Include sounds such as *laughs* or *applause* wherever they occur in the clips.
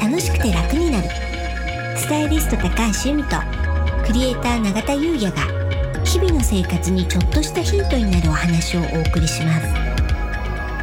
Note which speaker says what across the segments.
Speaker 1: 楽しくて楽になるスタイリスト高橋由美とクリエイター永田優也が日々の生活にちょっとしたヒントになるお話をお送りします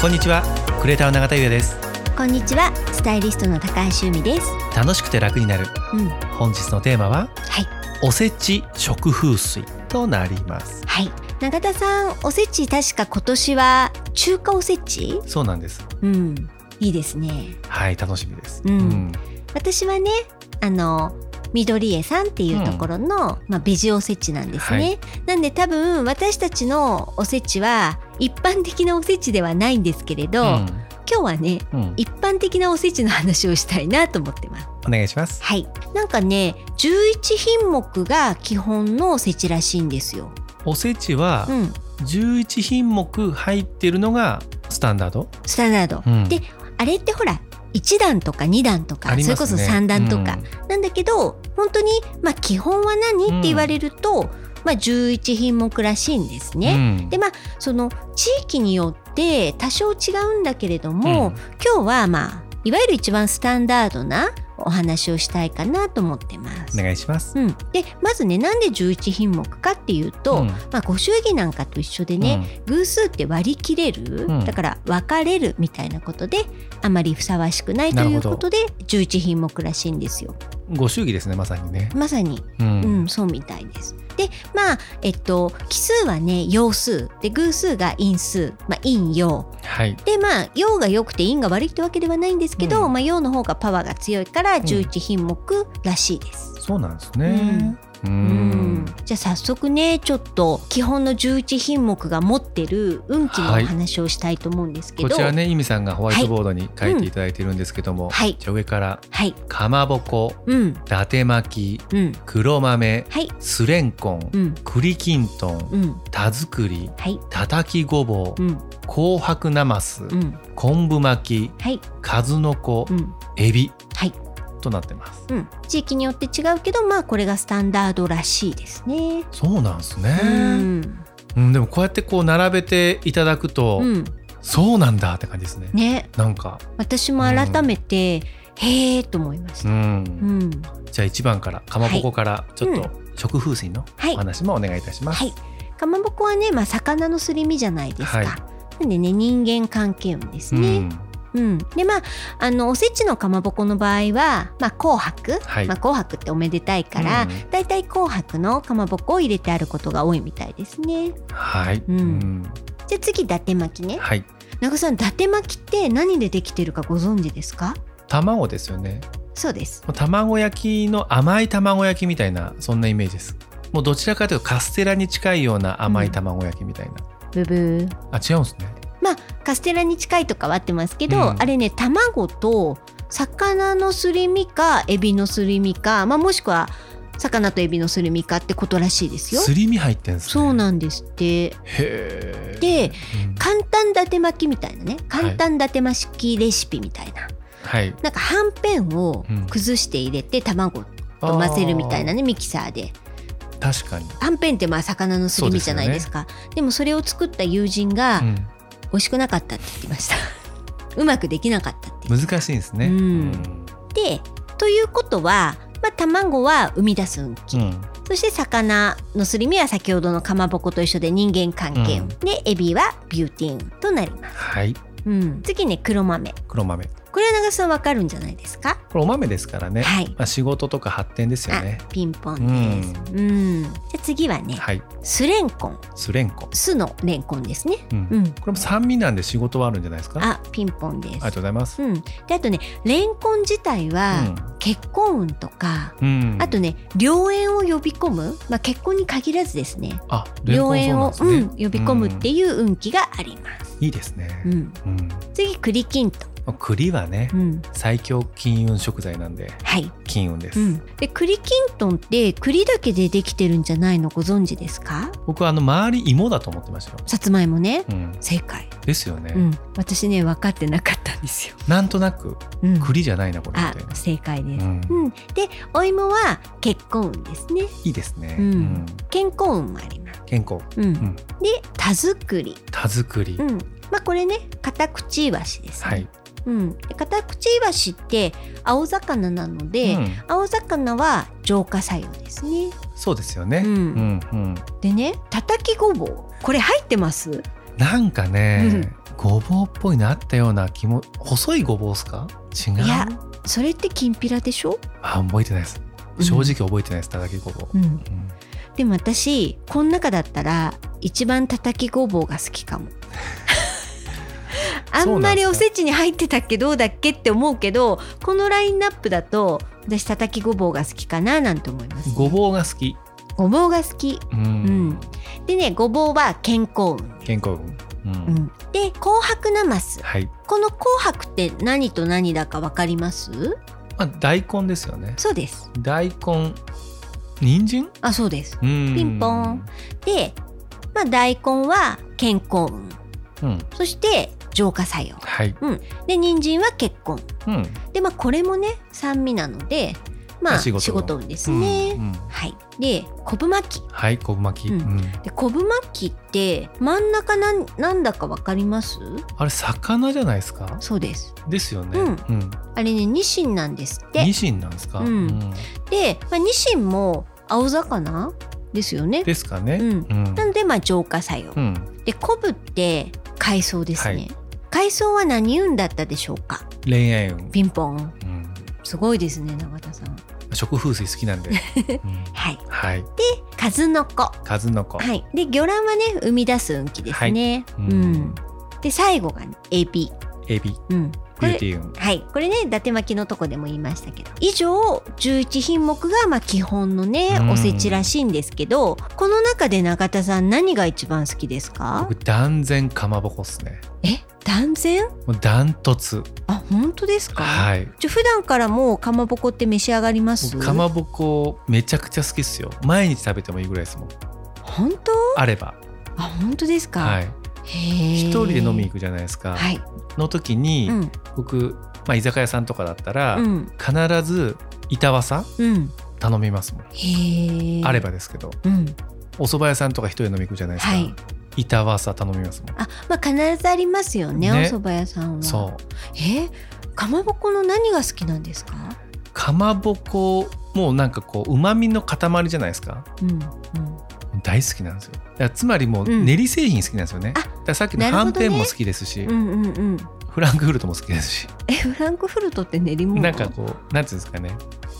Speaker 2: こんにちはクレーターの永田優也です
Speaker 1: こんにちはスタイリストの高橋由美です
Speaker 2: 楽しくて楽になる
Speaker 1: うん
Speaker 2: 本日のテーマ
Speaker 1: は
Speaker 2: は
Speaker 1: い
Speaker 2: おせち食風水となります
Speaker 1: はい永田さんおせち確か今年は中華おせち
Speaker 2: そうなんです
Speaker 1: うんいいですね
Speaker 2: はい楽しみです
Speaker 1: うん私はねあの緑江さんっていうところの、まあ、ベジおせちなんですね、
Speaker 2: はい
Speaker 1: なんで多分私たちのおせちは一般的なおせちではないんですけれど、今日はね
Speaker 2: うんうん
Speaker 1: 一般的なおせちの話をしたいなと思ってます
Speaker 2: お願いします
Speaker 1: はいなんかね11品目が基本のおせちらしいんですよ
Speaker 2: おせちは
Speaker 1: うん
Speaker 2: 11品目入ってるのがスタンダード、
Speaker 1: スタンダード、
Speaker 2: うん
Speaker 1: であれってほら1段とか2段とか、
Speaker 2: あり
Speaker 1: そ
Speaker 2: ま
Speaker 1: れこそ
Speaker 2: すね
Speaker 1: 3段とか、
Speaker 2: うん
Speaker 1: なんだけど本当にまあ基本は何って言われると、まあ11品目らしいんですね。
Speaker 2: うん
Speaker 1: でまあその地域によって多少違うんだけれども、
Speaker 2: うん
Speaker 1: 今日はまあいわゆる一番スタンダードなお話をしたいかなと思ってます。
Speaker 2: お願いします
Speaker 1: うん、でまずねなんで11品目かっていうと、
Speaker 2: うん
Speaker 1: まあ、ご祝儀なんかと一緒でね、偶数って割り切れる、
Speaker 2: うん
Speaker 1: だから分かれるみたいなことであまりふさわしくないと
Speaker 2: なる
Speaker 1: い
Speaker 2: ほ
Speaker 1: う
Speaker 2: ど
Speaker 1: ことで11品目らしいんですよ
Speaker 2: うんご祝儀ですねまさにね、
Speaker 1: まさに、
Speaker 2: う
Speaker 1: うんん、そうみたいですでまあえっと奇数はね陽数で偶数が陰数、まあ、陰陽
Speaker 2: はい
Speaker 1: でまあ陽が良くて陰が悪いってわけではないんですけど、
Speaker 2: うん
Speaker 1: まあ、陽の方がパワーが強いから11品目らしいです、
Speaker 2: そうなんですねう
Speaker 1: うん
Speaker 2: ん
Speaker 1: じゃあ早速ねちょっと基本の11品目が持ってる運気のお話をしたいと思うんですけど、
Speaker 2: こちらねゆみさんがホワイトボードに書いていただいてるんですけども、
Speaker 1: はい
Speaker 2: じゃあ上から
Speaker 1: はい
Speaker 2: かまぼこ
Speaker 1: うん
Speaker 2: 伊達巻き
Speaker 1: うん
Speaker 2: 黒豆
Speaker 1: はい
Speaker 2: すれんこ
Speaker 1: うんん
Speaker 2: 栗きんと
Speaker 1: うんん
Speaker 2: 田作り
Speaker 1: はい
Speaker 2: たたきごぼ
Speaker 1: う
Speaker 2: うん紅白なます
Speaker 1: うん
Speaker 2: 昆布巻き
Speaker 1: はい
Speaker 2: 数の子
Speaker 1: うん
Speaker 2: エビ
Speaker 1: はい
Speaker 2: となってます
Speaker 1: うん地域によって違うけどまあこれがスタンダードらしいですね。
Speaker 2: そうなんですね
Speaker 1: う、ん
Speaker 2: うん、でもこうやってこう並べていただくと、
Speaker 1: うん
Speaker 2: そうなんだって感じですね
Speaker 1: ね
Speaker 2: なんか
Speaker 1: 私も改めて、へえと思いまし
Speaker 2: う
Speaker 1: た。
Speaker 2: ん、
Speaker 1: うん
Speaker 2: じゃあ一番からかまぼこからちょっと食風水の
Speaker 1: はい
Speaker 2: お話もお願いいたします、
Speaker 1: はい。かまぼこはね、まあ、魚のすり身じゃないですか。
Speaker 2: はい
Speaker 1: なんでね、人間関係運です
Speaker 2: う
Speaker 1: ね。
Speaker 2: ん
Speaker 1: うん。で、まあ、あの、おせちのかまぼこの場合は、まあ、紅白。
Speaker 2: はい
Speaker 1: まあ、紅白っておめでたいから、
Speaker 2: うん
Speaker 1: だいたい紅白のかまぼこを入れてあることが多いみたいですね。
Speaker 2: はい、
Speaker 1: うん
Speaker 2: うん
Speaker 1: じゃあ次、伊達巻きね。
Speaker 2: はい
Speaker 1: 長さん、伊達巻きって何でできてるかご存知ですか
Speaker 2: 卵ですよね
Speaker 1: そうです。
Speaker 2: 卵焼きの甘い卵焼きみたいなそんなイメージですもうどちらかというとカステラに近いような甘い卵焼きみたいな、
Speaker 1: ブブー。
Speaker 2: あ違うんですね
Speaker 1: まあ、カステラに近いとかはあってますけど、
Speaker 2: うん
Speaker 1: あれね卵と魚のすり身かエビのすり身か、まあ、もしくは魚とエビのすり身かってことらしいですよ。
Speaker 2: すり身入ってんですね
Speaker 1: そうんなんですって
Speaker 2: へえ
Speaker 1: で、
Speaker 2: うん
Speaker 1: 簡単伊達巻きみたいなね簡単伊達巻きレシピみたいな、
Speaker 2: はい
Speaker 1: なんかはんぺんを崩して入れて卵と混ぜるみたいなねミキサーで
Speaker 2: あー確かに、
Speaker 1: はんぺんってまあ魚のすり身じゃないですかでもそれを作った友人が、
Speaker 2: う
Speaker 1: 美味しくなかったって言ってました *laughs* うまくできなかったって
Speaker 2: ん、難しいんですね
Speaker 1: うん
Speaker 2: うん
Speaker 1: でということは、まあ、卵は生み出す運気、
Speaker 2: うん
Speaker 1: そして魚のすり身は先ほどのかまぼこと一緒で人間関係運、
Speaker 2: うん
Speaker 1: でエビはビューティー運となります、
Speaker 2: はい
Speaker 1: うん、次ね黒豆
Speaker 2: 黒豆こ
Speaker 1: これは長瀬さんわかるんじゃないですか、
Speaker 2: れお豆ですからね、
Speaker 1: はい
Speaker 2: まあ、仕事とか発展ですよね
Speaker 1: あピンポンです、うんじゃあ次はね
Speaker 2: はい
Speaker 1: 酢レンコン
Speaker 2: すれんこ、
Speaker 1: 酢のレンコンですね
Speaker 2: うん
Speaker 1: うん
Speaker 2: これも酸味なんで仕事はあるんじゃないですかあ
Speaker 1: あピンポンで
Speaker 2: り
Speaker 1: す
Speaker 2: がとうございます、
Speaker 1: うん、であとねレンコン自体は結婚運とか、
Speaker 2: うんうん、
Speaker 1: あとね良縁を呼び込む、まあ、結婚に限らずですね
Speaker 2: あレンコ
Speaker 1: 良
Speaker 2: ンそう
Speaker 1: 縁
Speaker 2: なん
Speaker 1: をう
Speaker 2: で、すね
Speaker 1: ん、呼び込むっていう運気があります。
Speaker 2: いいですね
Speaker 1: う。ん、
Speaker 2: うん。
Speaker 1: 次栗きんとん。
Speaker 2: まあ栗はね、
Speaker 1: うん、
Speaker 2: 最強金運食材なんで
Speaker 1: はい、
Speaker 2: 金運です、
Speaker 1: うん、で栗きんとんって栗だけでできてるんじゃないのご存知ですか
Speaker 2: 僕はあの周り芋だと思ってましたよ、
Speaker 1: さつまいもね
Speaker 2: うん、
Speaker 1: 正解、
Speaker 2: ですよね、
Speaker 1: うん、私ね分かってなかったんですよ、
Speaker 2: なんとなく
Speaker 1: うん、
Speaker 2: 栗じゃないなこれみ
Speaker 1: あ
Speaker 2: たいな、
Speaker 1: 正解です、
Speaker 2: うん
Speaker 1: うん、でお芋は結婚運ですね
Speaker 2: いいですね、
Speaker 1: うん
Speaker 2: うん
Speaker 1: 健康運もあります、
Speaker 2: 健康
Speaker 1: うん
Speaker 2: ん
Speaker 1: で田作り、
Speaker 2: 田作り、
Speaker 1: うん、まあこれねカタクチイワシですね、
Speaker 2: はい、
Speaker 1: うん、でカタクチイワシって青魚なので、
Speaker 2: うん、
Speaker 1: 青魚は浄化作用ですね
Speaker 2: そうですよね、
Speaker 1: うん
Speaker 2: うんうん
Speaker 1: でね叩きごぼうこれ入ってます
Speaker 2: なんかね、ごぼうっぽいのあったような気も細いごぼうっすか違う
Speaker 1: いやそれってきんぴらでしょ、
Speaker 2: あ覚えてないです
Speaker 1: うん
Speaker 2: 正直覚えてないですたたきごぼう、
Speaker 1: うん、
Speaker 2: うん
Speaker 1: でも私この中だったら一番叩きごぼうが好きか *laughs* もあんまりおせちに入ってたっけどうだっけって思うけどこのラインナップだと私叩きごぼうが好きかななんて思います
Speaker 2: ごぼうが好き、
Speaker 1: ごぼうが好き
Speaker 2: うん
Speaker 1: うんでねごぼうは健康運
Speaker 2: 健康運、うん
Speaker 1: うん、で紅白なます
Speaker 2: はい、
Speaker 1: この紅白って何と何だかわかります
Speaker 2: まあ、大根ですよね
Speaker 1: そうです
Speaker 2: 大根人参
Speaker 1: あそうです
Speaker 2: うん
Speaker 1: ピンポンで、まあ、大根は健康運
Speaker 2: うん
Speaker 1: そして浄化作用
Speaker 2: はい
Speaker 1: で人参は結婚
Speaker 2: うん
Speaker 1: でまあこれもね酸味なのでまあ
Speaker 2: 仕
Speaker 1: 仕
Speaker 2: 事の
Speaker 1: 事運ですね、
Speaker 2: うんうん
Speaker 1: はいで昆布巻き
Speaker 2: はい昆布巻き、
Speaker 1: うん
Speaker 2: うん
Speaker 1: で昆布巻きって真ん中なんなんだかわかります
Speaker 2: あれ魚じゃないですか
Speaker 1: そうです
Speaker 2: ですよね、
Speaker 1: うん
Speaker 2: うん
Speaker 1: あれねニシンなんですって
Speaker 2: ニシンなんですか、
Speaker 1: うん
Speaker 2: ん
Speaker 1: で、まあ、ニシンも青魚ですよね
Speaker 2: ですかね、
Speaker 1: うん
Speaker 2: うん
Speaker 1: なのでまあ浄化作用、
Speaker 2: うん
Speaker 1: で昆布って海藻ですね、
Speaker 2: はい
Speaker 1: 海藻は何運だったでしょうか
Speaker 2: 恋愛運、
Speaker 1: ピンポン
Speaker 2: うん、
Speaker 1: すごいですね永田さん
Speaker 2: 食風水好き
Speaker 1: *laughs*
Speaker 2: なんで、うん
Speaker 1: はい
Speaker 2: はい
Speaker 1: 数の子
Speaker 2: 数の子、
Speaker 1: はい、で魚卵はね生み出す運気ですね、
Speaker 2: うん
Speaker 1: うん、で最後が、ね、エビ、
Speaker 2: エビ
Speaker 1: うん、こ
Speaker 2: ビュー
Speaker 1: れ
Speaker 2: ティー運
Speaker 1: はいこれね伊達巻きのとこでも言いましたけど以上11品目がまあ基本のね
Speaker 2: うん
Speaker 1: おせちらしいんですけどこの中で永田さん何が一番好きですか
Speaker 2: 僕断然かまぼこっすね
Speaker 1: え断然
Speaker 2: もうダントツ
Speaker 1: あ本当ですか、
Speaker 2: はいも
Speaker 1: じゃあ普段からもうかまぼこって召し上がります
Speaker 2: うかまぼこめちゃくちゃ好きっすよ毎日食べてもいいぐらいですもん
Speaker 1: 本当
Speaker 2: あれば
Speaker 1: あ本当ですか、
Speaker 2: はい
Speaker 1: へ
Speaker 2: 一
Speaker 1: え
Speaker 2: 人で飲みに行くじゃないですか、
Speaker 1: はい、
Speaker 2: の時に、
Speaker 1: うん
Speaker 2: 僕、まあ、居酒屋さんとかだったら、
Speaker 1: うん
Speaker 2: 必ず板わさ
Speaker 1: うん
Speaker 2: 頼みますもん、
Speaker 1: へえ
Speaker 2: あればですけど
Speaker 1: うん
Speaker 2: お蕎麦屋さんとか一人飲み行くじゃないですか、
Speaker 1: はい
Speaker 2: 板わさ頼みますもん
Speaker 1: あ、まあ必ずありますよね、
Speaker 2: ね
Speaker 1: お蕎麦屋さんは。
Speaker 2: そう
Speaker 1: えー、かまぼこの何が好きなんですか？
Speaker 2: かまぼこもうなんかこううまみの塊じゃないですか
Speaker 1: うん、うん、
Speaker 2: 大好きなんですよだからつまりもう
Speaker 1: うん
Speaker 2: 練り製品好きなんですよね、
Speaker 1: あ
Speaker 2: だからさっきの
Speaker 1: なる
Speaker 2: は
Speaker 1: ほ
Speaker 2: ん
Speaker 1: どね
Speaker 2: ぺんも好きですし、
Speaker 1: うん、うん、うん。
Speaker 2: フランクフルトも好きですし、
Speaker 1: え、フランクフルトって練り物？
Speaker 2: なんかこうなんていうんですかね、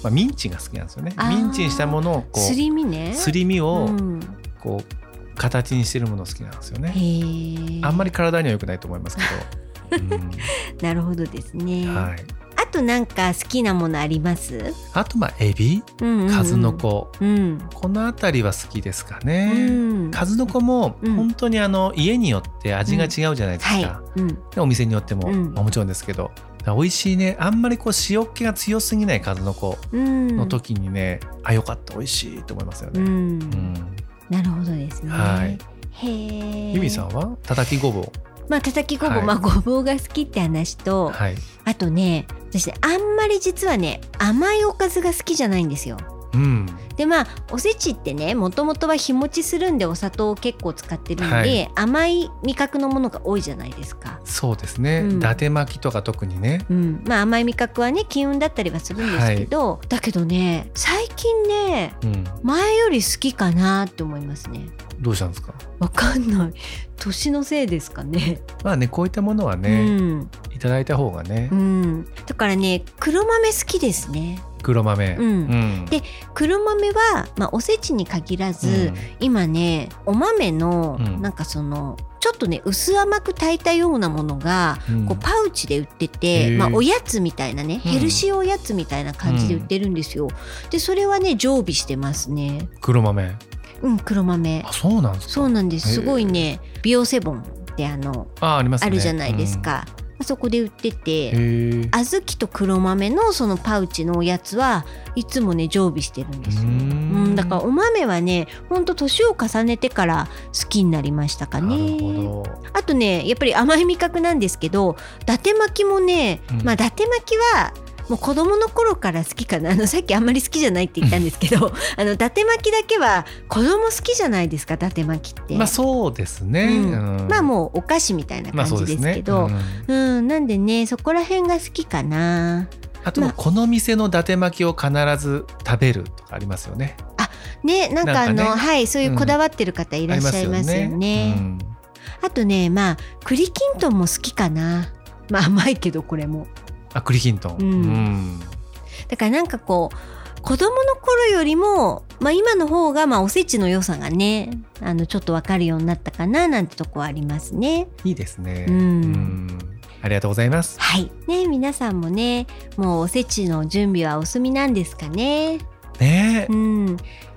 Speaker 2: まあ、ミンチが好きなんですよね
Speaker 1: あー
Speaker 2: ミンチにしたものをこう
Speaker 1: すり身ね。
Speaker 2: すり身を
Speaker 1: うん、
Speaker 2: こう形にしてるもの好きなんですよね、
Speaker 1: へえ。
Speaker 2: あんまり体には良くないと思いますけ
Speaker 1: *laughs*
Speaker 2: ど、
Speaker 1: なるほどです
Speaker 2: う
Speaker 1: ね。
Speaker 2: んはい、
Speaker 1: あとなんか好きなものあります？
Speaker 2: あとまあエビ
Speaker 1: うん、うん、うん。
Speaker 2: 数の。子、
Speaker 1: うん。
Speaker 2: この辺りは好きですか
Speaker 1: う
Speaker 2: ね、
Speaker 1: ん。
Speaker 2: 数の子も
Speaker 1: うん
Speaker 2: 本当にあの家によって味が違うじゃないですか、
Speaker 1: はい。うん。
Speaker 2: でお店によっても、
Speaker 1: うん
Speaker 2: まあもちろんですけどだから美味しいねあんまりこう塩気が強すぎない数の子
Speaker 1: うん。
Speaker 2: の時にね、あよかった美味しいと思いますよ
Speaker 1: う
Speaker 2: ね、
Speaker 1: ん。
Speaker 2: うん
Speaker 1: なるほどですね。
Speaker 2: はい。
Speaker 1: へえ。
Speaker 2: ゆみさん。はたたきごぼう
Speaker 1: まあ叩きごぼう、
Speaker 2: はい
Speaker 1: まあごぼうが好きって話と。
Speaker 2: はい
Speaker 1: あとね私あんまり実はね甘いおかずが好きじゃないんですよ。
Speaker 2: うん
Speaker 1: でまあおせちってねもともとは日持ちするんでお砂糖を結構使ってるので、
Speaker 2: はい
Speaker 1: 甘い味覚のものが多いじゃないですか。
Speaker 2: そうですね、
Speaker 1: うん
Speaker 2: 伊達巻きとか特にね
Speaker 1: うん、まあ甘い味覚はね金運だったりはするんですけど、だけどね最近ね
Speaker 2: うん
Speaker 1: 前より好きかなって思いますね。
Speaker 2: どうしたんですか
Speaker 1: わかんない年のせいですかね。
Speaker 2: まあねこういったものはね、
Speaker 1: うん、
Speaker 2: いただいた方がね、
Speaker 1: うん、だからね黒豆好きですね。
Speaker 2: 黒豆
Speaker 1: うん
Speaker 2: うん
Speaker 1: で黒豆は、まあ、おせちに限らず、今ねお豆の
Speaker 2: うん
Speaker 1: なんかその、ちょっとね薄甘く炊いたようなものが
Speaker 2: うん
Speaker 1: こうパウチで売ってて、
Speaker 2: へー
Speaker 1: まあ、おやつみたいなね、
Speaker 2: うん
Speaker 1: ヘルシーおやつみたいな感じで売ってるんですよ。でそれはね常備してますね。
Speaker 2: 黒豆
Speaker 1: うん黒豆
Speaker 2: あそうなんですか
Speaker 1: そうなんです
Speaker 2: へー
Speaker 1: すごいね美容セボンってあの
Speaker 2: あありますね
Speaker 1: あるじゃないです、か。そこで売って
Speaker 2: へ
Speaker 1: て
Speaker 2: え
Speaker 1: 小豆と黒豆のそのパウチのおやつはいつもね常備してるんですよ。
Speaker 2: うーん
Speaker 1: うん、だからお豆はねほんと年を重ねてから好きになりましたか
Speaker 2: な
Speaker 1: ね。
Speaker 2: るほど
Speaker 1: あとねやっぱり甘い味覚なんですけど伊達巻きもね、
Speaker 2: うん
Speaker 1: まあ伊達巻きはもう子供の頃から好きかなあのさっきあんまり好きじゃないって言ったんですけ
Speaker 2: *laughs*
Speaker 1: どあの伊達巻きだけは子供好きじゃないですか伊達巻きって、
Speaker 2: まあそうですね、
Speaker 1: うん
Speaker 2: うん
Speaker 1: まあもうお菓子みたいな感
Speaker 2: まあそう
Speaker 1: じですけど、
Speaker 2: ねうん
Speaker 1: うん、なんでねそこら辺が好きかな
Speaker 2: あと
Speaker 1: まあ
Speaker 2: この店の伊達巻きを必ず食べるとかありますよね。
Speaker 1: ねなんかあの
Speaker 2: なんかね
Speaker 1: はいそういうこだわってる方い
Speaker 2: あ
Speaker 1: らっしゃいますよね,、
Speaker 2: うん
Speaker 1: あとねまあ栗きんとんも好きかなまあ甘いけどこれも
Speaker 2: あ栗きんとん。
Speaker 1: うん
Speaker 2: うん
Speaker 1: だからなんかこう子供の頃よりも、まあ、今の方がまあおせちの良さがねあのちょっと分かるようになったかななんてとこはありますね。
Speaker 2: いいですね、
Speaker 1: うん
Speaker 2: んありがとうございます。
Speaker 1: はい、ね皆さんもねもうおせちの準備はお済みなんですかね。
Speaker 2: ねえ
Speaker 1: うん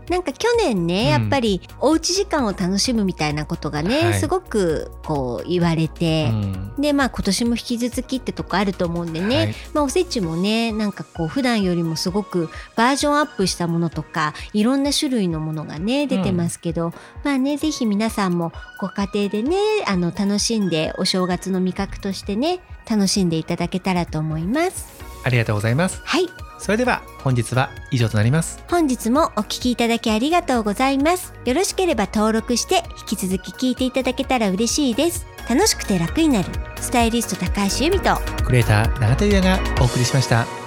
Speaker 1: なんか去年ね、
Speaker 2: うん
Speaker 1: やっぱりおうち時間を楽しむみたいなことがね、
Speaker 2: はい
Speaker 1: すごくこう言われて
Speaker 2: う、ん
Speaker 1: でまあ今年も引き続きってとこあると思うんでね、
Speaker 2: はい
Speaker 1: まあ、おせちもねなんかこう普段よりもすごくバージョンアップしたものとかいろんな種類のものがね出てますけど、まあねぜひ皆さんもご家庭でねあの楽しんでお正月の味覚としてね楽しんでいただけたらと思います。
Speaker 2: ありがとうございます。
Speaker 1: はい
Speaker 2: それでは本日は以上となります。
Speaker 1: 本日もお聞きいただきありがとうございます。よろしければ登録して引き続き聞いていただけたら嬉しいです。楽しくて楽になるスタイリスト高橋由美と
Speaker 2: クレーター永田裕也がお送りしました。